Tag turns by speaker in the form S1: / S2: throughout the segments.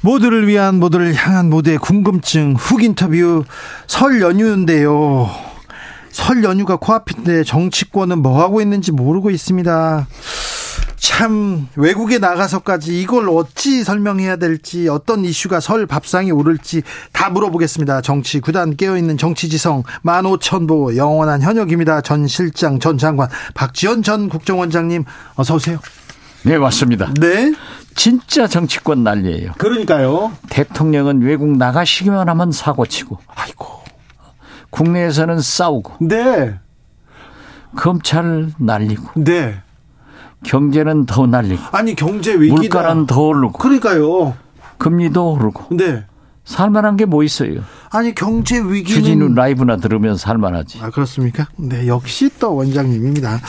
S1: 모두를 위한 모두를 향한 모두의 궁금증 훅 인터뷰 설 연휴인데요. 설 연휴가 코앞인데 정치권은 뭐 하고 있는지 모르고 있습니다. 참 외국에 나가서까지 이걸 어찌 설명해야 될지 어떤 이슈가 설 밥상에 오를지 다 물어보겠습니다. 정치 구단 깨어있는 정치지성 15,000보 영원한 현역입니다. 전 실장 전 장관 박지원 전 국정원장님 어서 오세요.
S2: 네, 맞습니다.
S1: 네.
S2: 진짜 정치권 난리예요.
S1: 그러니까요.
S2: 대통령은 외국 나가시기만 하면 사고치고
S1: 아이고.
S2: 국내에서는 싸우고
S1: 네.
S2: 검찰 날리고
S1: 네.
S2: 경제는 더 날리고
S1: 아니 경제 위기다.
S2: 물가는 더 오르고
S1: 그러니까요.
S2: 금리도 오르고
S1: 네.
S2: 살만한 게 뭐 있어요?
S1: 아니 경제 위기는
S2: 주진우 라이브나 들으면 살만하지.
S1: 아 그렇습니까? 네 역시 또 원장님입니다.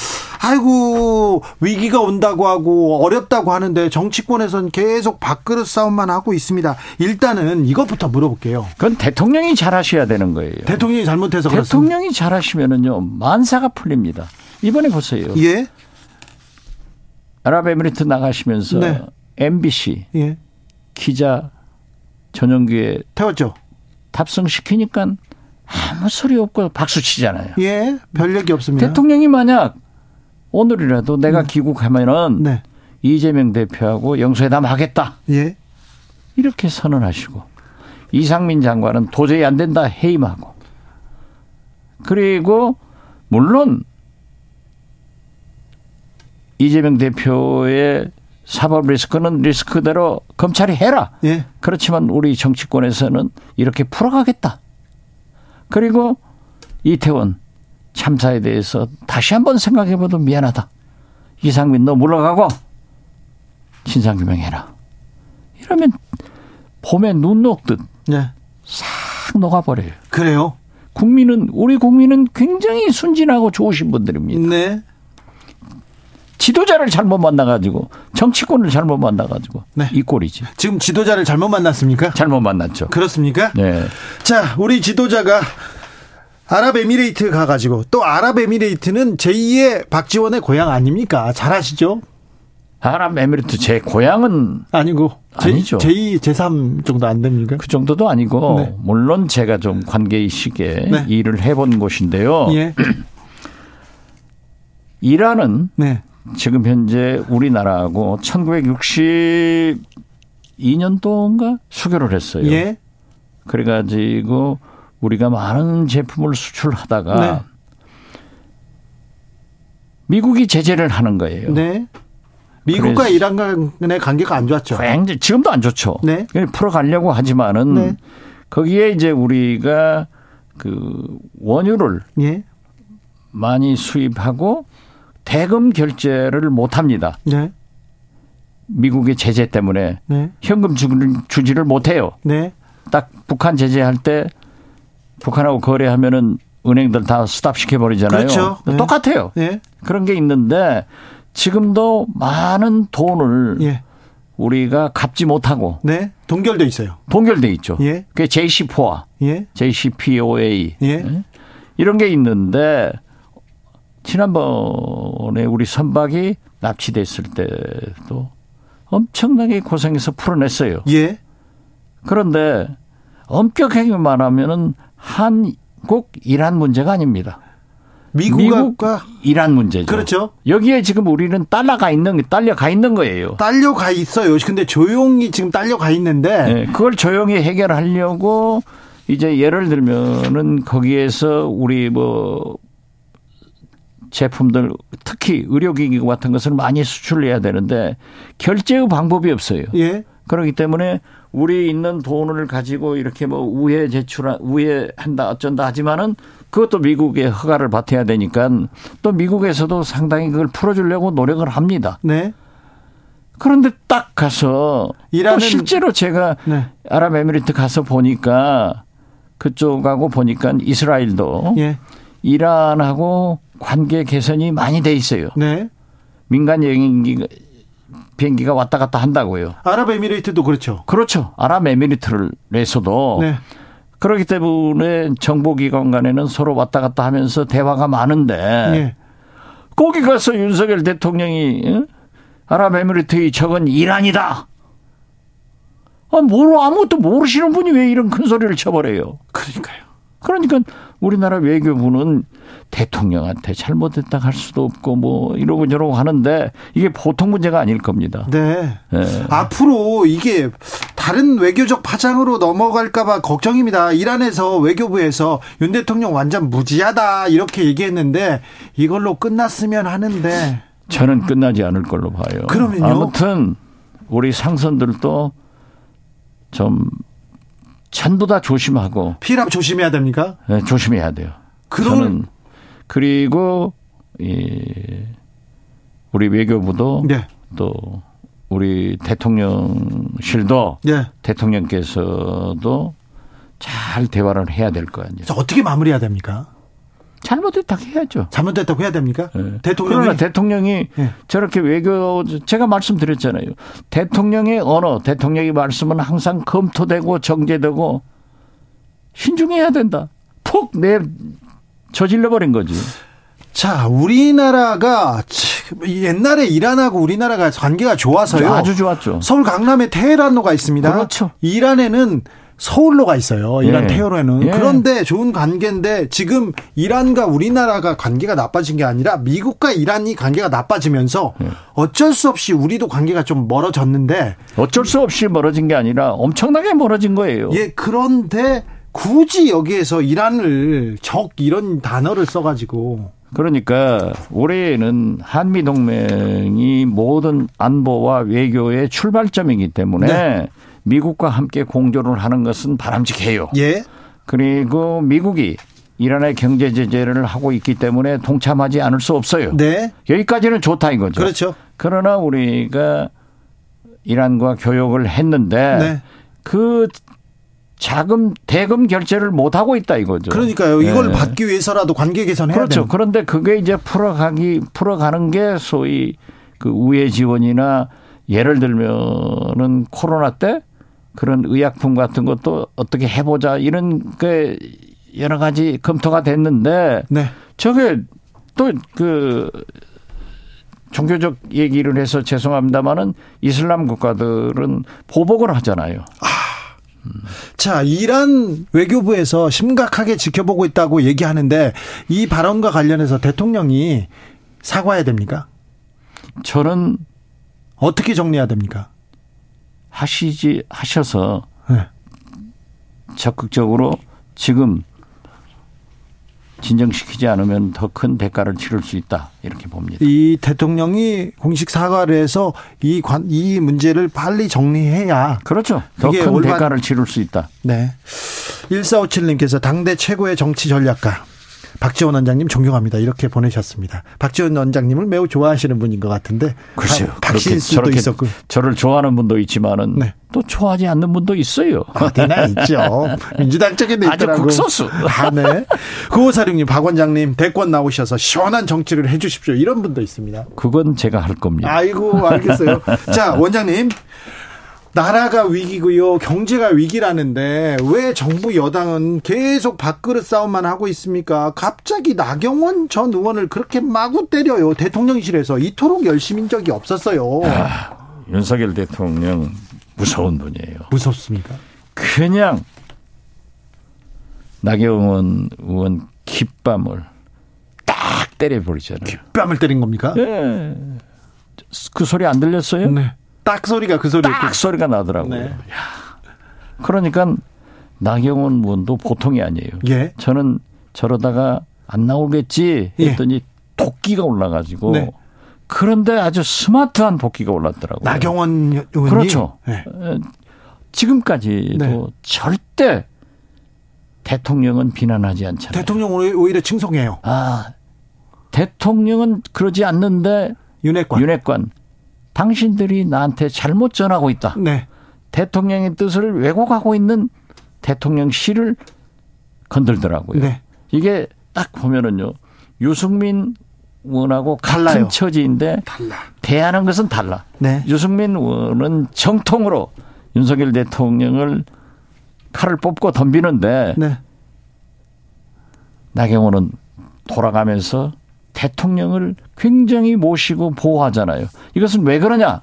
S1: 아이고 위기가 온다고 하고 어렵다고 하는데 정치권에선 계속 밥그릇 싸움만 하고 있습니다. 일단은 이것부터 물어볼게요.
S2: 그건 대통령이 잘하셔야 되는 거예요.
S1: 대통령이 잘못해서 그렇습니다.
S2: 대통령이 잘하시면은요 만사가 풀립니다. 이번에 보세요.
S1: 예,
S2: 아랍에미리트 나가시면서
S1: 네.
S2: MBC
S1: 예,
S2: 기자 전용기에
S1: 태웠죠.
S2: 탑승시키니까 아무 소리 없고 박수 치잖아요.
S1: 예, 별 얘기 없습니다.
S2: 대통령이 만약 오늘이라도 내가 귀국하면은
S1: 네,
S2: 이재명 대표하고 영수회담 하겠다.
S1: 예,
S2: 이렇게 선언하시고 이상민 장관은 도저히 안 된다 해임하고 그리고 물론 이재명 대표의 사법 리스크는 리스크대로 검찰이 해라.
S1: 예,
S2: 그렇지만 우리 정치권에서는 이렇게 풀어가겠다. 그리고 이태원 참사에 대해서 다시 한번 생각해봐도 미안하다. 이상민 너 물러가고 진상규명해라. 이러면 봄에 눈 녹듯
S1: 네.
S2: 탁 녹아버려요.
S1: 그래요.
S2: 국민은 우리 국민은 굉장히 순진하고 좋으신 분들입니다.
S1: 네,
S2: 지도자를 잘못 만나가지고 정치권을 잘못 만나가지고
S1: 네.
S2: 이 꼴이지.
S1: 지금 지도자를 잘못 만났습니까?
S2: 잘못 만났죠.
S1: 그렇습니까?
S2: 네.
S1: 자, 우리 지도자가 아랍에미레이트 가가지고 또 아랍에미레이트는 제2의 박지원의 고향 아닙니까? 잘 아시죠?
S2: 아랍에미리트 제 고향은
S1: 아니고 제,
S2: 아니죠.
S1: 제2, 제3 정도 안 됩니까?
S2: 그 정도도 아니고
S1: 네.
S2: 물론 제가 좀 관계의식에
S1: 네.
S2: 일을 해본 곳인데요.
S1: 예,
S2: 이란은
S1: 네,
S2: 지금 현재 우리나라하고 1962년도인가 수교를 했어요.
S1: 예,
S2: 그래가지고 우리가 많은 제품을 수출하다가
S1: 네.
S2: 미국이 제재를 하는 거예요.
S1: 네. 미국과
S2: 그래서-
S1: 이란 간의 관계가 안 좋았죠.
S2: 굉장히 지금도 안 좋죠.
S1: 네.
S2: 그걸 풀어가려고 하지만은
S1: 네.
S2: 거기에 이제 우리가 그 원유를
S1: 예,
S2: 많이 수입하고 대금 결제를 못 합니다.
S1: 네,
S2: 미국의 제재 때문에
S1: 네,
S2: 현금 주기를- 주지를 못 해요.
S1: 네,
S2: 딱 북한 제재할 때 북한하고 거래하면은 은행들 다 스탑시켜 버리잖아요.
S1: 그렇죠. 네.
S2: 똑같아요.
S1: 예,
S2: 그런 게 있는데 지금도 많은 돈을
S1: 예,
S2: 우리가 갚지 못하고
S1: 네. 동결돼 있어요.
S2: 동결돼 있죠.
S1: 예.
S2: 그게 JCPOA,
S1: 예,
S2: JCPOA
S1: 예,
S2: 이런 게 있는데 지난번에 우리 선박이 납치됐을 때도 엄청나게 고생해서 풀어냈어요.
S1: 예,
S2: 그런데 엄격하게 말하면은 한국 이란 문제가 아닙니다.
S1: 미국과
S2: 이란 문제죠.
S1: 그렇죠.
S2: 여기에 지금 우리는 딸려가 있는 딸려가 있는 거예요.
S1: 딸려가 있어요. 근데 조용히 지금 딸려가 있는데
S2: 예, 그걸 조용히 해결하려고 이제 예를 들면은 거기에서 우리 뭐 제품들 특히 의료기기 같은 것을 많이 수출해야 되는데 결제의 방법이 없어요.
S1: 예,
S2: 그렇기 때문에 우리 있는 돈을 가지고 이렇게 뭐 우회 제출한 우회한다 어쩐다 하지만은 그것도 미국의 허가를 받아야 되니까 또 미국에서도 상당히 그걸 풀어주려고 노력을 합니다.
S1: 네,
S2: 그런데 딱 가서
S1: 이란은-
S2: 또 실제로 제가
S1: 네.
S2: 아랍에미리트 가서 보니까 그쪽하고 보니까 이스라엘도
S1: 예.
S2: 이란하고 관계 개선이 많이 돼 있어요.
S1: 네.
S2: 민간 여행기 비행기가 왔다 갔다 한다고요.
S1: 아랍에미레이트도 그렇죠.
S2: 그렇죠. 아랍에미리트에서도
S1: 네.
S2: 그렇기 때문에 정보기관 간에는 서로 왔다 갔다 하면서 대화가 많은데
S1: 예.
S2: 거기 가서 윤석열 대통령이 응? 아랍에미리트의 적은 이란이다. 아, 뭘 아무것도 모르시는 분이 왜 이런 큰 소리를 쳐버려요?
S1: 그러니까요.
S2: 그러니까 우리나라 외교부는 대통령한테 잘못했다 할 수도 없고 뭐 이러고 저러고 하는데 이게 보통 문제가 아닐 겁니다.
S1: 네.
S2: 예.
S1: 앞으로 이게 다른 외교적 파장으로 넘어갈까봐 걱정입니다. 이란에서 외교부에서 윤 대통령 완전 무지하다 이렇게 얘기했는데 이걸로 끝났으면 하는데
S2: 저는 끝나지 않을 걸로 봐요.
S1: 그러면요?
S2: 아무튼 우리 상선들도 좀 전부 다 조심하고
S1: 피랍 조심해야 됩니까?
S2: 예, 조심해야 돼요.
S1: 그런-
S2: 저는 그리고 이 우리 외교부도
S1: 네.
S2: 또 우리 대통령실도
S1: 예.
S2: 대통령께서도 잘 대화를 해야 될 거 아니에요.
S1: 그래서 어떻게 마무리해야 됩니까?
S2: 잘못했다 해야죠.
S1: 잘못됐다고 해야 됩니까?
S2: 예. 그러나
S1: 대통령이
S2: 대통령이
S1: 예.
S2: 저렇게 외교 제가 말씀드렸잖아요. 대통령의 언어, 대통령의 말씀은 항상 검토되고 정제되고 신중해야 된다. 푹 내 저질러 버린 거지.
S1: 자 우리나라가 지금 옛날에 이란하고 우리나라가 관계가 좋아서요.
S2: 아주 좋았죠.
S1: 서울 강남에 테헤란로가 있습니다.
S2: 그렇죠.
S1: 이란에는 서울로가 있어요. 이란
S2: 예.
S1: 테헤란로는
S2: 예.
S1: 그런데 좋은 관계인데 지금 이란과 우리나라가 관계가 나빠진 게 아니라 미국과 이란이 관계가 나빠지면서
S2: 예.
S1: 어쩔 수 없이 우리도 관계가 좀 멀어졌는데
S2: 어쩔 수 없이 멀어진 게 아니라 엄청나게 멀어진 거예요.
S1: 예 그런데 굳이 여기에서 이란을 적 이런 단어를 써가지고
S2: 그러니까 올해는 한미 동맹이 모든 안보와 외교의 출발점이기 때문에
S1: 네.
S2: 미국과 함께 공조를 하는 것은 바람직해요.
S1: 예
S2: 그리고 미국이 이란의 경제 제재를 하고 있기 때문에 동참하지 않을 수 없어요.
S1: 네.
S2: 여기까지는 좋다 이거죠.
S1: 그렇죠.
S2: 러나 우리가 이란과 교역을 했는데
S1: 네.
S2: 그 자금 대금 결제를 못 하고 있다 이거죠.
S1: 그러니까요. 이걸
S2: 예.
S1: 받기 위해서라도 관계 개선해야
S2: 그렇죠.
S1: 되는.
S2: 그런데 그게 이제 풀어가기 풀어가는 게 소위 그 우회 지원이나 예를 들면은 코로나 때 그런 의약품 같은 것도 어떻게 해보자 이런 게 여러 가지 검토가 됐는데
S1: 네.
S2: 저게 또 그 종교적 얘기를 해서 죄송합니다만은 이슬람 국가들은 보복을 하잖아요.
S1: 자, 이란 외교부에서 심각하게 지켜보고 있다고 얘기하는데 이 발언과 관련해서 대통령이 사과해야 됩니까?
S2: 저는
S1: 어떻게 정리해야 됩니까?
S2: 하시지 하셔서
S1: 네.
S2: 적극적으로 지금 진정시키지 않으면 더 큰 대가를 치를 수 있다 이렇게 봅니다.
S1: 이 대통령이 공식 사과를 해서 이 관, 이 문제를 빨리 정리해야
S2: 그렇죠. 더
S1: 그게
S2: 큰
S1: 올바른-
S2: 대가를 치를 수 있다.
S1: 네. 1457님께서 당대 최고의 정치 전략가 박지원 원장님 존경합니다. 이렇게 보내셨습니다. 박지원 원장님을 매우 좋아하시는 분인 것 같은데.
S2: 글쎄요.
S1: 박-
S2: 그렇게
S1: 박신수도
S2: 저렇게
S1: 있었고.
S2: 저를 좋아하는 분도 있지만은
S1: 네.
S2: 또 좋아하지 않는 분도 있어요.
S1: 어디나 있죠. 민주당 쪽에도
S2: 아주
S1: 있더라고.
S2: 극소수.
S1: 아, 네. 9546님, 박 원장님, 대권 나오셔서 시원한 정치를 해주십시오. 이런 분도 있습니다.
S2: 그건 제가 할 겁니다.
S1: 아이고, 알겠어요. 자, 원장님. 나라가 위기고요. 경제가 위기라는데 왜 정부 여당은 계속 밥그릇 싸움만 하고 있습니까? 갑자기 나경원 전 의원을 그렇게 마구 때려요. 대통령실에서 이토록 열심인 적이 없었어요.
S2: 아. 윤석열 대통령 무서운 분이에요.
S1: 무섭습니까?
S2: 그냥 나경원 의원 깃밤을 딱 때려버리잖아요.
S1: 뺨을 때린 겁니까?
S2: 예. 그 소리 안 들렸어요?
S1: 네. 딱 소리가 그 소리였죠.
S2: 딱 소리가 나더라고요.
S1: 네.
S2: 야. 그러니까 나경원 의원도 보통이 아니에요.
S1: 예.
S2: 저는 저러다가 안 나오겠지 했더니 도끼가 올라가지고
S1: 네.
S2: 그런데 아주 스마트한 도끼가 올랐더라고요.
S1: 나경원 의원님.
S2: 그렇죠.
S1: 네.
S2: 어, 지금까지도
S1: 네.
S2: 절대 대통령은 비난하지 않잖아요.
S1: 대통령 오히- 오히려 칭송해요.
S2: 아, 대통령은 그러지 않는데
S1: 윤핵관.
S2: 윤핵관 당신들이 나한테 잘못 전하고 있다.
S1: 네.
S2: 대통령의 뜻을 왜곡하고 있는 대통령실을 건들더라고요.
S1: 네.
S2: 이게 딱 보면은요. 유승민 의원하고
S1: 달라요.
S2: 같은 처지인데
S1: 달라.
S2: 대하는 것은 달라.
S1: 네.
S2: 유승민 의원은 정통으로 윤석열 대통령을 칼을 뽑고 덤비는데
S1: 네.
S2: 나경원은 돌아가면서 대통령을 굉장히 모시고 보호하잖아요. 이것은 왜 그러냐?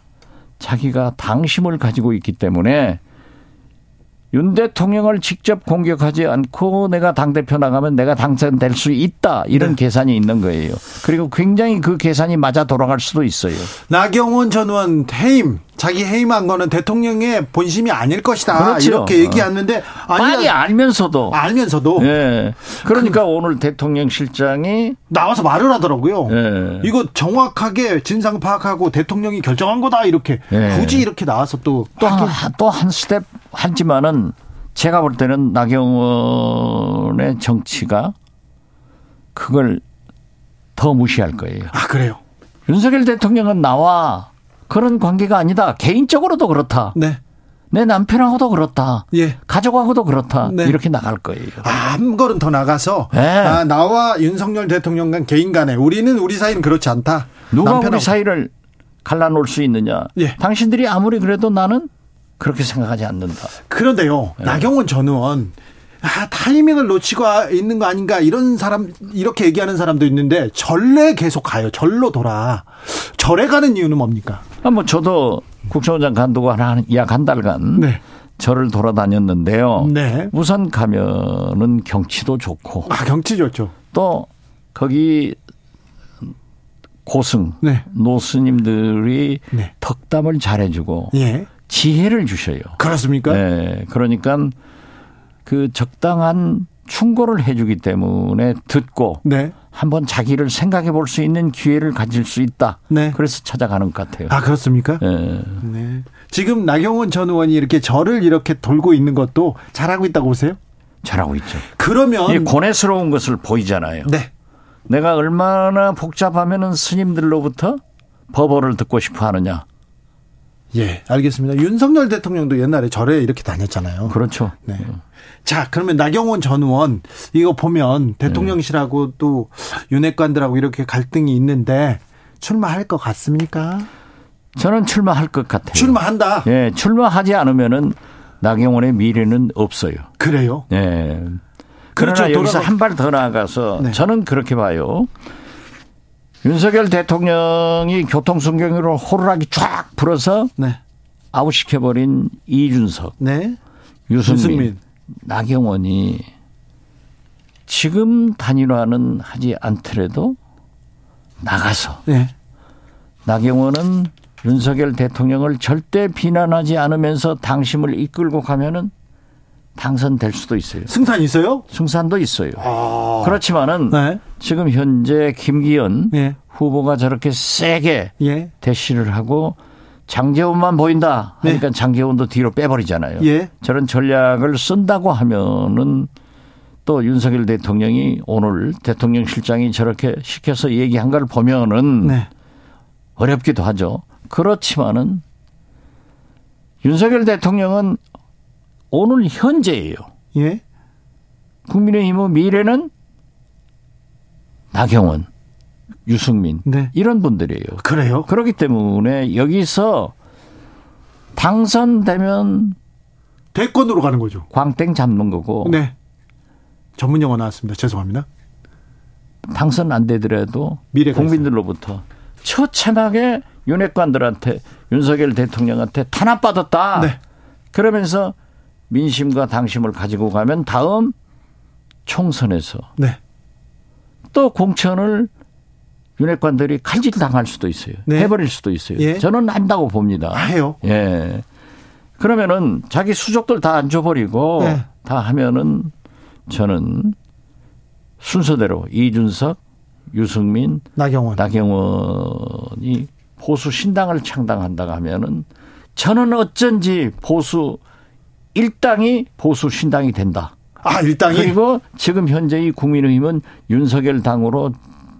S2: 자기가 당심을 가지고 있기 때문에 윤 대통령을 직접 공격하지 않고 내가 당대표 나가면 내가 당선될 수 있다. 이런
S1: 네.
S2: 계산이 있는 거예요. 그리고 굉장히 그 계산이 맞아 돌아갈 수도 있어요.
S1: 나경원 전 의원 해임 자기 해임한 거는 대통령의 본심이 아닐 것이다
S2: 그렇죠.
S1: 이렇게 얘기했는데
S2: 많이
S1: 아니
S2: 알면서도.
S1: 알면서도
S2: 예. 그러니까 오늘 대통령 실장이
S1: 나와서 말을 하더라고요.
S2: 예.
S1: 이거 정확하게 진상 파악하고 대통령이 결정한 거다 이렇게
S2: 예.
S1: 굳이 이렇게 나와서 또
S2: 아.
S1: 아.
S2: 또또한 스텝 하지만은 제가 볼 때는 나경원의 정치가 그걸 더 무시할 거예요.
S1: 아 그래요.
S2: 윤석열 대통령은 나와 그런 관계가 아니다. 개인적으로도 그렇다.
S1: 네.
S2: 내 남편하고도 그렇다.
S1: 예.
S2: 가족하고도 그렇다.
S1: 네.
S2: 이렇게 나갈 거예요.
S1: 아, 한 걸음 더 나가서
S2: 예.
S1: 아, 나와 윤석열 대통령 간 개인 간에 우리는 우리 사이는 그렇지 않다.
S2: 누가
S1: 남편하고.
S2: 우리 사이를 갈라놓을 수 있느냐?
S1: 예.
S2: 당신들이 아무리 그래도 나는 그렇게 생각하지 않는다.
S1: 그런데요. 나경원 전 의원 아, 타이밍을 놓치고 아- 있는 거 아닌가 이런 사람 이렇게 얘기하는 사람도 있는데 절레 계속 가요. 절로 돌아. 절에 가는 이유는 뭡니까?
S2: 아, 뭐 저도 국정원장 간두고 한약 한 달간
S1: 네.
S2: 절을 돌아다녔는데요.
S1: 네.
S2: 우선 가면은 경치도 좋고
S1: 아, 경치 좋죠.
S2: 또 거기 고승
S1: 네.
S2: 노스님들이
S1: 네.
S2: 덕담을 잘해주고
S1: 예.
S2: 지혜를 주셔요.
S1: 그렇습니까?
S2: 네, 그러니까 그 적당한 충고를 해주기 때문에 듣고
S1: 네.
S2: 한번 자기를 생각해 볼 수 있는 기회를 가질 수 있다.
S1: 네.
S2: 그래서 찾아가는 것 같아요.
S1: 아, 그렇습니까?
S2: 예.
S1: 네. 지금 나경원 전 의원이 이렇게 절을 이렇게 돌고 있는 것도 잘하고 있다고 보세요?
S2: 잘하고 있죠. 이
S1: 그러면
S2: 고뇌스러운 것을 보이잖아요.
S1: 음. 네.
S2: 내가 얼마나 복잡하면은 스님들로부터 버버를 듣고 싶어 하느냐.
S1: 예, 알겠습니다. 윤석열 대통령도 옛날에 절에 이렇게 다녔잖아요.
S2: 그렇죠.
S1: 네. 자, 그러면 나경원 전 의원 이거 보면
S2: 네.
S1: 대통령실하고 또 윤핵관들하고 이렇게 갈등이 있는데 출마할 것 같습니까?
S2: 저는 출마할 것 같아요.
S1: 출마한다.
S2: 네. 예, 출마하지 않으면은 나경원의 미래는 없어요.
S1: 그래요.
S2: 예. 그러나
S1: 그렇죠.
S2: 여기서
S1: 돌아가-
S2: 한 발 더 나아가서
S1: 네.
S2: 저는 그렇게 봐요. 윤석열 대통령이 교통순경으로 호루라기 쫙 불어서
S1: 네.
S2: 아웃시켜버린 이준석,
S1: 네.
S2: 유승민,
S1: 유승민.
S2: 나경원이 지금 단일화는 하지 않더라도 나가서
S1: 네.
S2: 나경원은 윤석열 대통령을 절대 비난하지 않으면서 당심을 이끌고 가면은 당선될 수도 있어요.
S1: 승산 있어요?
S2: 승산도 있어요.
S1: 아.
S2: 그렇지만은
S1: 네.
S2: 지금 현재 김기현
S1: 예.
S2: 후보가 저렇게 세게
S1: 예.
S2: 대시를 하고 장재훈만 보인다 하니까 장재훈도 뒤로 빼버리잖아요.
S1: 네. 예.
S2: 저런 전략을 쓴다고 하면은 또 윤석열 대통령이 오늘 대통령 실장이 저렇게 시켜서 얘기한 걸 보면은
S1: 네.
S2: 어렵기도 하죠. 그렇지만은 윤석열 대통령은 오늘 현재예요.
S1: 예.
S2: 국민의힘의 미래는 나경원, 유승민
S1: 네.
S2: 이런 분들이에요.
S1: 그래요?
S2: 그렇기 때문에 여기서 당선되면
S1: 대권으로 가는 거죠.
S2: 광땡 잡는 거고
S1: 네. 전문 용어 나왔습니다. 죄송합니다.
S2: 당선 안 되더라도
S1: 미래가
S2: 국민들로부터 처참하게 윤핵관들한테 윤석열 대통령한테 탄압받았다.
S1: 네.
S2: 그러면서 민심과 당심을 가지고 가면 다음 총선에서
S1: 네.
S2: 또 공천을 윤핵관들이 칼질 당할 수도 있어요.
S1: 네.
S2: 해버릴 수도 있어요.
S1: 예.
S2: 저는 안다고 봅니다.
S1: 아, 해요.
S2: 예. 그러면은 자기 수족들 다 안 줘버리고
S1: 네.
S2: 다 하면은 저는 순서대로 이준석, 유승민,
S1: 나경원.
S2: 나경원이 보수 신당을 창당한다고 하면은 저는 어쩐지 보수 일당이 보수 신당이 된다.
S1: 아, 일당이
S2: 그리고 지금 현재 이 국민의힘은 윤석열 당으로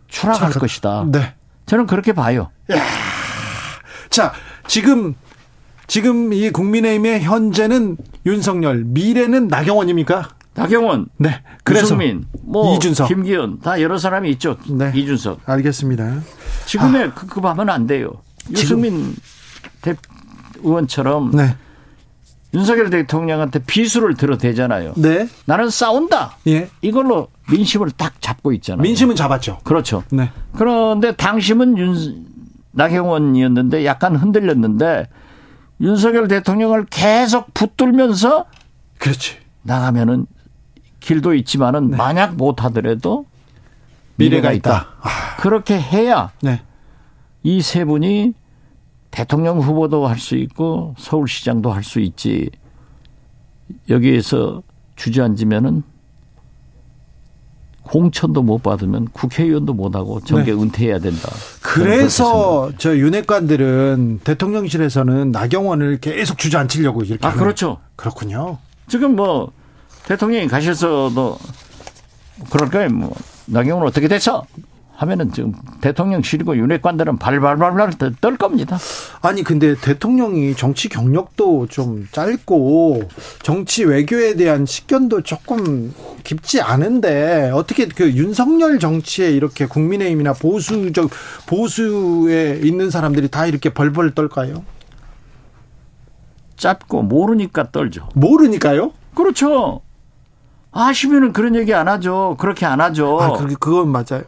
S2: 추락할
S1: 추락.
S2: 것이다.
S1: 네.
S2: 저는 그렇게 봐요.
S1: 자, 지금 지금 이 국민의힘의 현재는 윤석열, 미래는 나경원입니까?
S2: 나경원,
S1: 네. 그래서
S2: 유승민, 뭐
S1: 이준석.
S2: 김기현 다 여러 사람이 있죠.
S1: 네. 아.
S2: 이준석.
S1: 알겠습니다.
S2: 지금의 그, 그거 하면 안 돼요. 유승민 대 의원처럼
S1: 네.
S2: 윤석열 대통령한테 비수를 들어대잖아요.
S1: 네.
S2: 나는 싸운다.
S1: 예.
S2: 이걸로 민심을 딱 잡고 있잖아요.
S1: 민심은 잡았죠.
S2: 그렇죠.
S1: 네.
S2: 그런데 당심은 윤 나경원이었는데 약간 흔들렸는데 윤석열 대통령을 계속 붙들면서
S1: 그렇지.
S2: 나가면은 길도 있지만은 만약 못 하더라도
S1: 네. 미래가
S2: 미래가 있다.
S1: 있다. 아,
S2: 그렇게 해야
S1: 네.
S2: 이 세 분이 대통령 후보도 할 수 있고 서울시장도 할 수 있지. 여기에서 주저앉으면은 공천도 못 받으면 국회의원도 못 하고 정계 은퇴해야 된다. 저는 그렇게
S1: 네. 그래서 저 윤핵관들은 대통령실에서는 나경원을 계속 주저앉히려고 이렇게.
S2: 생각합니다. 아
S1: 하는-
S2: 그렇죠.
S1: 그렇군요.
S2: 지금 뭐 대통령이 가셔서도 뭐 그럴까요? 뭐 나경원 어떻게 됐어? 하면은 지금 대통령실이고 윤핵관들은 발발발발 떨- 떨 겁니다.
S1: 아니 근데 대통령이 정치 경력도 좀 짧고 정치 외교에 대한 식견도 조금 깊지 않은데 어떻게 그 윤석열 정치에 이렇게 국민의힘이나 보수적 보수에 있는 사람들이 다 이렇게 벌벌 떨까요?
S2: 짧고 모르니까 떨죠.
S1: 모르니까요.
S2: 그렇죠. 아시면은 그런 얘기 안 하죠. 그렇게 안 하죠.
S1: 아, 그 그건 맞아요.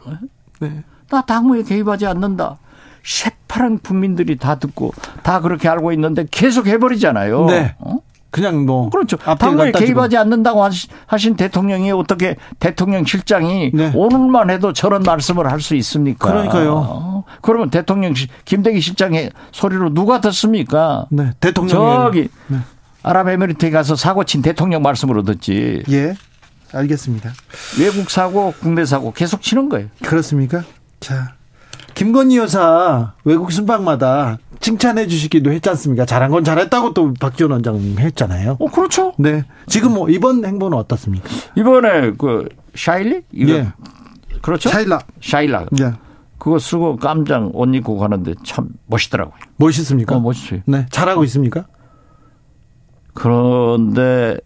S1: 네.
S2: 나 당무에 개입하지 않는다. 새파란 국민들이 다 듣고 다 그렇게 알고 있는데 계속 해버리잖아요.
S1: 네.
S2: 어?
S1: 그냥 뭐
S2: 그렇죠.
S1: 앞에
S2: 당무에
S1: 갖다 지금.
S2: 개입하지 않는다고 하시- 하신 대통령이 어떻게 대통령 실장이
S1: 네.
S2: 오늘만 해도 저런 말씀을 할 수 있습니까?
S1: 그러니까요.
S2: 어? 그러면 대통령 실- 김대기 실장의 소리로 누가 듣습니까?
S1: 네, 대통령
S2: 저기 아랍에미리트에 가서 사고 친 대통령 말씀으로 듣지.
S1: 예. 알겠습니다.
S2: 외국 사고, 국내 사고 계속 치는 거예요.
S1: 그렇습니까? 자, 김건희 여사 외국 순방마다 칭찬해 주시기도 했지 않습니까? 잘한 건 잘했다고 또 박지원 원장님 했잖아요.
S2: 어, 그렇죠.
S1: 네. 지금 뭐 이번 행보는 어떻습니까?
S2: 이번에 그 샤일리? 이거
S1: 예.
S2: 그렇죠.
S1: 차일라.
S2: 샤일라.
S1: 예.
S2: 그거 쓰고 깜장 옷 입고 가는데 참 멋있더라고요.
S1: 멋있습니까?
S2: 어, 멋있어요.
S1: 네. 잘하고 있습니까?
S2: 그런데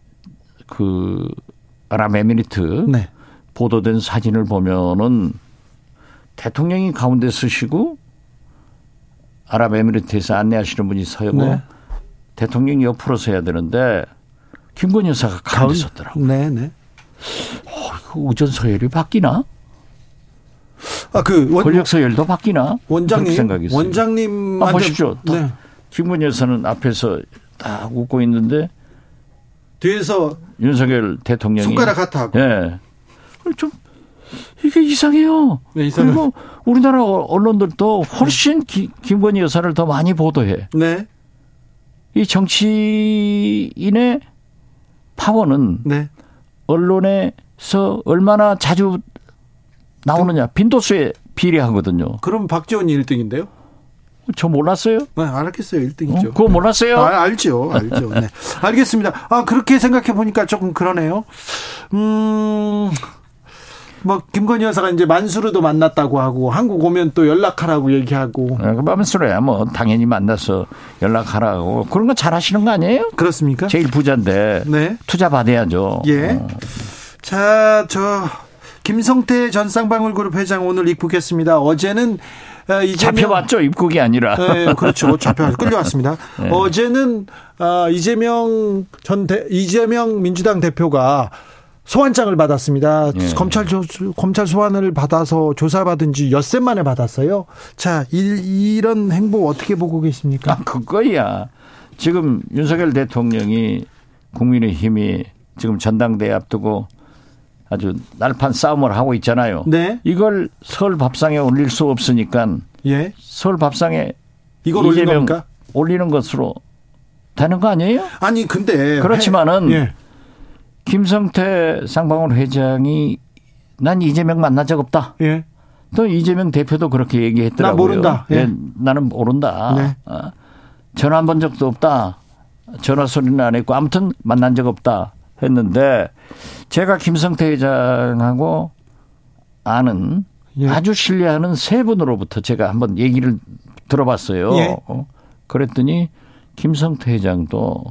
S2: 그 아랍에미리트
S1: 네.
S2: 보도된 사진을 보면은 대통령이 가운데 쓰시고 아랍에미리트에서 안내하시는 분이 서고
S1: 네.
S2: 대통령이 옆으로 서야 되는데 김건희 여사가 가운데 섰더라고.
S1: 네, 네.
S2: 그 우전 서열이 바뀌나?
S1: 아, 그 원,
S2: 권력 서열도 바뀌나? 그렇게
S1: 원장님
S2: 생각이 있어요.
S1: 원장님
S2: 아, 보십시오.
S1: 네.
S2: 김건희 여사는 앞에서 딱 웃고 있는데
S1: 뒤에서
S2: 윤석열 대통령이
S1: 손가락 같아.
S2: 예. 좀 이게 이상해요.
S1: 네, 이상해요.
S2: 그리고 우리나라 어, 언론들도 훨씬 기- 김건희 여사를 더 많이 보도해.
S1: 네.
S2: 이 정치인의 파워는
S1: 네.
S2: 언론에서 얼마나 자주 나오느냐 빈도수에 비례하거든요.
S1: 그럼 박지원이 1등인데요?
S2: 저 몰랐어요?
S1: 네, 알겠어요.
S2: 어?
S1: 1등이죠.
S2: 그거 몰랐어요?
S1: 아, 알죠, 알죠. 네. 알겠습니다. 아, 그렇게 생각해 보니까 조금 그러네요. 음, 뭐, 김건희 여사가 이제 만수르도 만났다고 하고, 한국 오면 또 연락하라고 얘기하고.
S2: 아, 그 맘스러야 뭐 당연히 만나서 연락하라고 그런 거 잘하시는 거 아니에요?
S1: 그렇습니까?
S2: 제일 부자인데
S1: 네.
S2: 투자 받아야죠.
S1: 예.
S2: 어.
S1: 자, 저, 김성태 전 쌍방울그룹 회장 오늘 입국했습니다. 어제는, 아, 이재명-
S2: 잡혀왔죠 입국이 아니라.
S1: 예, 그렇죠. 잡혀 끌려왔습니다.
S2: 네.
S1: 어제는 아, 이재명 전 대, 이재명 민주당 대표가 소환장을 받았습니다.
S2: 예.
S1: 검찰 조, 검찰 소환을 받아서 조사받은 지 엿새 만에 받았어요. 자, 이, 런 행보 어떻게 보고
S2: 아,
S1: 계십니까?
S2: 그거야. 지금 윤석열 대통령이 국민의힘이 지금 전당대회 앞두고 아주 날판 싸움을 하고 있잖아요.
S1: 네.
S2: 이걸 설 밥상에 올릴 수 없으니까
S1: 예.
S2: 설 밥상에
S1: 이걸 올린
S2: 이재명
S1: 겁니까?
S2: 올리는 것으로 되는 거 아니에요?
S1: 아니, 근데
S2: 그렇지만은
S1: 예.
S2: 김성태 쌍방울 회장이 난 이재명 만난 적 없다.
S1: 예.
S2: 또 이재명 대표도 그렇게 얘기했더라고요.
S1: 나 모른다. 예.
S2: 나는 모른다.
S1: 네.
S2: 어, 전화 한 번 적도 없다. 전화 소리는 안 했고 아무튼 만난 적 없다 했는데 제가 김성태 회장하고 아는
S1: 예.
S2: 아주 신뢰하는 세 분으로부터 제가 한번 얘기를 들어봤어요.
S1: 예.
S2: 어, 그랬더니 김성태 회장도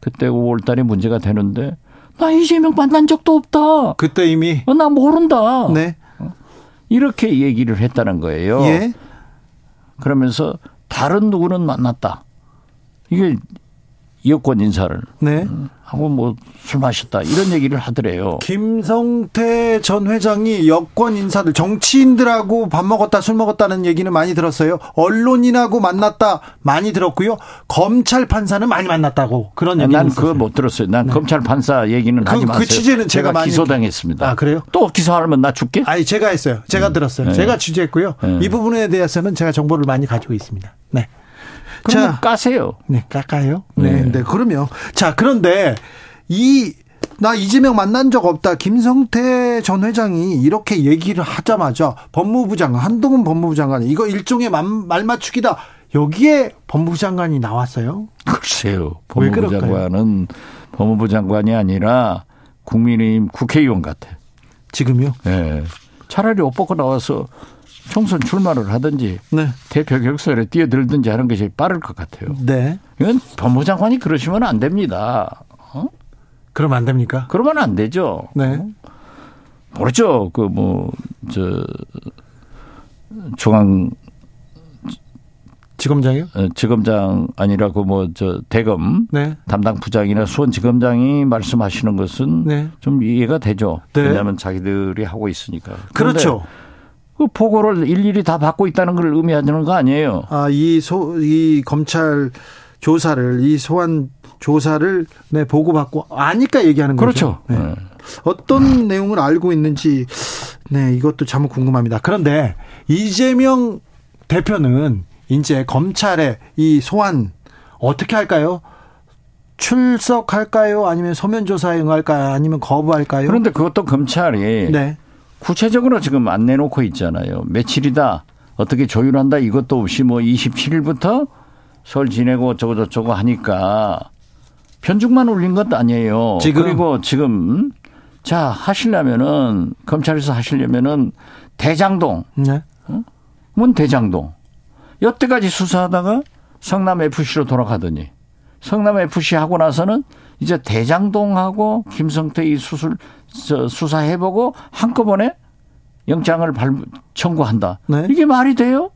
S2: 그때 5월 달에 문제가 되는데 나 이재명 만난 적도 없다.
S1: 그때 이미
S2: 어, 나 모른다.
S1: 네.
S2: 이렇게 얘기를 했다는 거예요.
S1: 예.
S2: 그러면서 다른 누구는 만났다. 이게 여권 인사를
S1: 네.
S2: 하고 뭐 술 마셨다 이런 얘기를 하더래요.
S1: 김성태 전 회장이 여권 인사들 정치인들하고 밥 먹었다 술 먹었다는 얘기는 많이 들었어요. 언론인하고 만났다 많이 들었고요. 검찰 판사는 많이 만났다고 그런 얘기.
S2: 난 그거 뭐- 못 들었어요. 난 검찰 판사 얘기는
S1: 그-
S2: 하지
S1: 그
S2: 마세요.
S1: 취재는 제가 많이-
S2: 기소당했습니다.
S1: 아, 그래요?
S2: 또 기소하면 나 죽게?
S1: 아니 제가 했어요. 제가 들었어요.
S2: 네.
S1: 제가 취재했고요.
S2: 네.
S1: 이 부분에 대해서는 제가 정보를 많이 가지고 있습니다. 네.
S2: 그러면
S1: 자.
S2: 까세요.
S1: 네, 깎아요. 네, 네, 그럼요. 자, 그런데 이, 나 이재명 만난 적 없다. 김성태 전 회장이 이렇게 얘기를 하자마자 법무부 장관, 한동훈 법무부 장관이 이거 일종의 말, 말 맞추기다. 여기에 법무부 장관이 나왔어요.
S2: 글쎄요.
S1: 왜
S2: 법무부
S1: 그럴까요?
S2: 장관은 법무부 장관이 아니라 국민의힘 국회의원 같아.
S1: 지금요?
S2: 예. 차라리 옷 벗고 나와서 총선 출마를 하든지
S1: 네.
S2: 대표 격설에 뛰어들든지 하는 것이 빠를 것 같아요.
S1: 네.
S2: 이건 법무부 장관이 그러시면 안 됩니다. 어?
S1: 그럼 안 됩니까?
S2: 그러면 안 되죠.
S1: 네.
S2: 모르죠. 그 뭐 저 중앙
S1: 지검장이요?
S2: 어, 지검장 아니라 그 뭐 저 대검
S1: 네.
S2: 담당 부장이나 수원 지검장이 말씀하시는 것은
S1: 네.
S2: 좀 이해가 되죠.
S1: 네.
S2: 왜냐하면 자기들이 하고 있으니까. 그런데
S1: 그렇죠.
S2: 그 보고를 일일이 다 받고 있다는 걸 의미하는 거 아니에요.
S1: 아, 이 소, 이 검찰 조사를, 이 소환 조사를, 네, 보고받고 아니까 얘기하는 거죠.
S2: 그렇죠.
S1: 네.
S2: 예.
S1: 어떤 내용을 알고 있는지 네 이것도 참 궁금합니다. 그런데 이재명 대표는 이제 검찰의 이 소환 어떻게 할까요? 출석할까요? 아니면 서면 조사에 응할까요? 아니면 거부할까요?
S2: 그런데 그것도 검찰이
S1: 네.
S2: 구체적으로 지금 안 내놓고 있잖아요. 며칠이다. 어떻게 조율한다. 이것도 없이 뭐 27일부터 설 지내고 저거 저거 하니까 편중만 올린 것도 아니에요.
S1: 지금?
S2: 그리고 지금 자 하시려면은 검찰에서 하시려면은 대장동
S1: 네.
S2: 문 대장동 여태까지 수사하다가 성남 FC로 돌아가더니 성남 FC 하고 나서는 이제 대장동하고 김성태 이 수술 저, 수사해보고 한꺼번에 영장을 발부, 청구한다.
S1: 네.
S2: 이게 말이 돼요?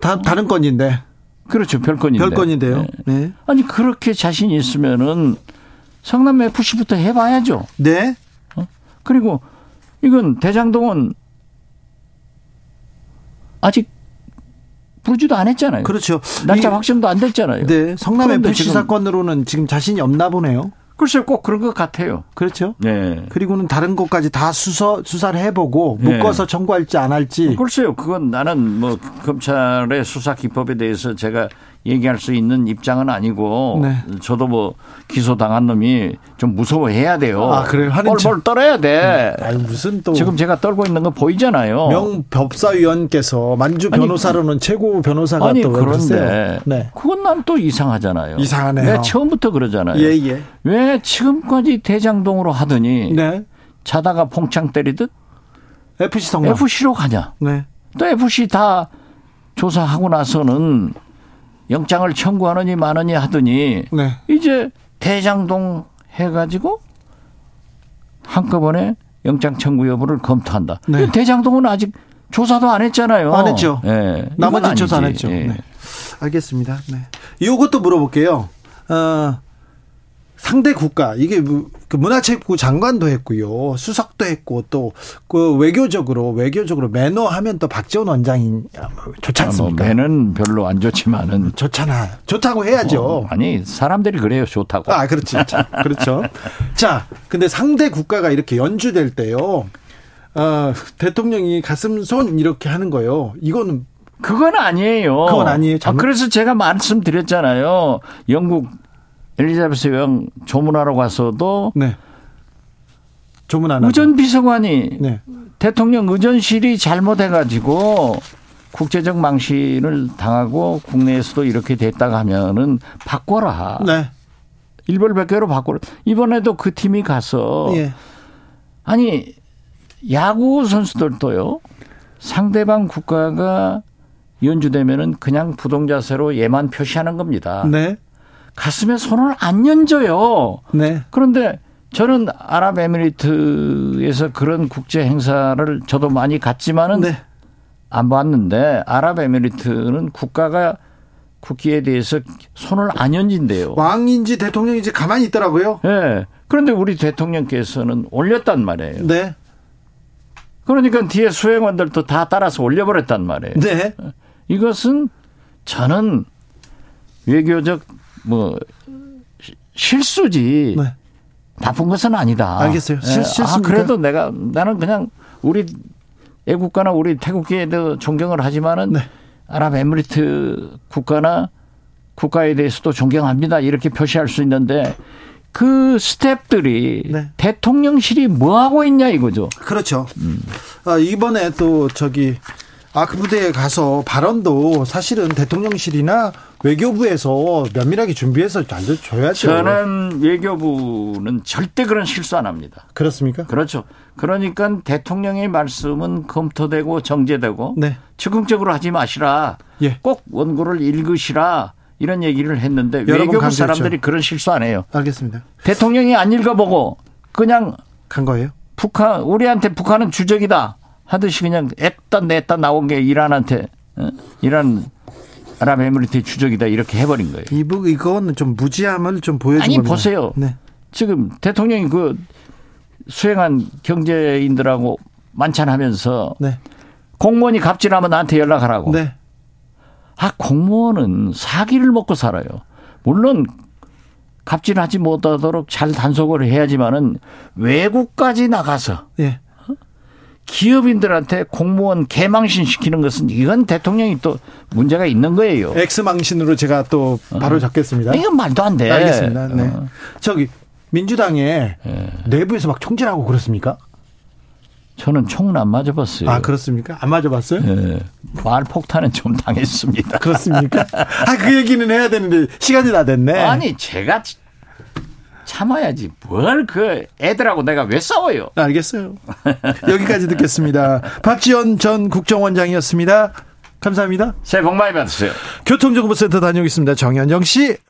S1: 다 다른 건인데
S2: 그렇죠. 별건인데.
S1: 별건인데요.
S2: 네.
S1: 네.
S2: 아니 그렇게 자신 있으면은 성남 FC부터 해봐야죠.
S1: 네.
S2: 그리고 이건 대장동은 아직 부르지도 안 했잖아요.
S1: 그렇죠.
S2: 날짜
S1: 이-
S2: 네. 확정도 안 됐잖아요.
S1: 네. 성남
S2: 그런데
S1: FC
S2: 지금-
S1: 사건으로는 지금 자신이 없나 보네요.
S2: 글쎄요, 꼭 그런 것 같아요.
S1: 그렇죠.
S2: 네.
S1: 그리고는 다른 것까지 다 수서 수사를 해보고
S2: 네.
S1: 묶어서 청구할지 안 할지
S2: 글쎄요, 그건 나는 뭐 검찰의 수사 기법에 대해서 제가 얘기할 수 있는 입장은 아니고,
S1: 네.
S2: 저도 뭐 기소 당한 놈이 좀 무서워해야 돼요.
S1: 아, 그래요? 하는 음.
S2: 벌벌 떨어야 돼.
S1: 아유 무슨 또
S2: 지금 제가 떨고 있는 거 보이잖아요.
S1: 명 법사위원께서 만주
S2: 아니,
S1: 변호사로는 최고 변호사가
S2: 아니
S1: 또
S2: 그런데
S1: 그랬어요. 네.
S2: 그건 난 또 이상하잖아요.
S1: 이상하네요.
S2: 왜 처음부터 그러잖아요.
S1: 예, 예.
S2: 왜 지금까지 대장동으로 하더니
S1: 네.
S2: 자다가 퐁창 때리듯
S1: FC 성남.
S2: FC로 가냐?
S1: 네.
S2: 또 FC 다 조사하고 나서는 영장을 청구하느니 마느니 하더니
S1: 네.
S2: 이제 대장동 해가지고 한꺼번에 영장 청구 여부를 검토한다.
S1: 네.
S2: 근데 대장동은 아직 조사도 안 했잖아요.
S1: 안 했죠.
S2: 예.
S1: 나머지
S2: 이건
S1: 조사 안
S2: 아니지.
S1: 했죠.
S2: 예.
S1: 네. 알겠습니다. 네. 요것도 물어볼게요. 어, 상대 국가 이게 무- 그 문화체육부 장관도 했고요. 수석도 했고 또 그 외교적으로 외교적으로 매너 하면 또 박지원 원장이 좋지
S2: 아, 뭐
S1: 않습니까?
S2: 배는 별로 안 좋지만은
S1: 좋잖아. 좋다고 해야죠.
S2: 어, 아니 사람들이 그래요 좋다고.
S1: 아, 그렇지. 자, 그렇죠. 자, 근데 상대 국가가 이렇게 연주될 때요. 어, 대통령이 가슴 손 이렇게 하는 거요. 이거는
S2: 그건 아니에요.
S1: 그건 아니에요, 잘못-
S2: 아, 그래서 제가 말씀드렸잖아요. 영국 엘리자베스 여왕 조문하러 가서도
S1: 네. 조문 안 하고.
S2: 의전 비서관이
S1: 네.
S2: 대통령 의전실이 잘못해가지고 국제적 망신을 당하고 국내에서도 이렇게 됐다가 하면은 바꿔라.
S1: 네.
S2: 일벌백계로 바꿔라. 이번에도 그 팀이 가서
S1: 예.
S2: 아니 야구 선수들도요 상대방 국가가 연주되면은 그냥 부동 자세로 예만 표시하는 겁니다.
S1: 네.
S2: 가슴에 손을 안 연져요.
S1: 네.
S2: 그런데 저는 아랍에미리트에서 그런 국제 행사를 저도 많이 갔지만은
S1: 네.
S2: 안 봤는데 아랍에미리트는 국가가 국기에 대해서 손을 안 연진대요.
S1: 왕인지 대통령인지 가만히 있더라고요.
S2: 예. 그런데 우리 대통령께서는 올렸단 말이에요.
S1: 네.
S2: 그러니까 뒤에 수행원들도 다 따라서 올려버렸단 말이에요.
S1: 네.
S2: 이것은 저는 외교적 뭐 시- 실수지
S1: 네.
S2: 나쁜 것은 아니다.
S1: 알겠어요. 실-
S2: 예. 아,
S1: 실수입니까?
S2: 그래도 내가 나는 그냥 우리 애국가나 우리 태국계에도 존경을 하지만은
S1: 네.
S2: 아랍에미리트 국가나 국가에 대해서도 존경합니다. 이렇게 표시할 수 있는데 그 스탭들이
S1: 네.
S2: 대통령실이 뭐 하고 있냐 이거죠.
S1: 그렇죠.
S2: 음.
S1: 아, 이번에 또 저기 아크부대에 가서 발언도 사실은 대통령실이나 외교부에서 면밀하게 준비해서 알려줘야죠.
S2: 저는 외교부는 절대 그런 실수 안 합니다.
S1: 그렇습니까?
S2: 그렇죠. 그러니까 대통령의 말씀은 검토되고 정제되고
S1: 네.
S2: 즉흥적으로 하지 마시라.
S1: 예.
S2: 꼭 원고를 읽으시라. 이런 얘기를 했는데
S1: 여러 번
S2: 외교부
S1: 강조했죠.
S2: 사람들이 그런 실수 안 해요.
S1: 알겠습니다.
S2: 대통령이 안 읽어보고 그냥
S1: 간 거예요?
S2: 북한 우리한테 북한은 주적이다 하듯이 그냥 앱다 냈다 나온 게 이란한테 어? 이란 아랍에미리트의 주적이다 이렇게 해버린 거예요.
S1: 이북 이거는 좀 무지함을 좀 보여준
S2: 아니,
S1: 겁니다.
S2: 보세요.
S1: 네.
S2: 지금 대통령이 그 수행한 경제인들하고 만찬하면서
S1: 네.
S2: 공무원이 갑질하면 나한테 연락하라고.
S1: 네.
S2: 아, 공무원은 사기를 먹고 살아요. 물론 갑질하지 못하도록 잘 단속을 해야지만은 외국까지 나가서
S1: 예.
S2: 기업인들한테 공무원 개망신 시키는 것은 이건 대통령이 또 문제가 있는 거예요.
S1: 네. 엑스망신으로 제가 또 바로 잡겠습니다.
S2: 이건 말도 안 돼.
S1: 알겠습니다. 네.
S2: 어. 예.
S1: 저기 민주당에 내부에서 막 총질하고 그렇습니까?
S2: 저는 총은 안 맞아봤어요.
S1: 아 그렇습니까? 안 맞아봤어요?
S2: 예. 말 폭탄은 좀 당했습니다.
S1: 그렇습니까? 아 그 얘기는 해야 되는데 시간이 다 됐네.
S2: 아니 제가 치- 참아야지 뭘 그 애들하고 내가 왜 싸워요?
S1: 아, 알겠어요. 여기까지 듣겠습니다. 박지원 전 국정원장이었습니다. 감사합니다.
S2: 새해 복 많이 받으세요.
S1: 교통정보센터 다녀오겠습니다. 정현정 씨.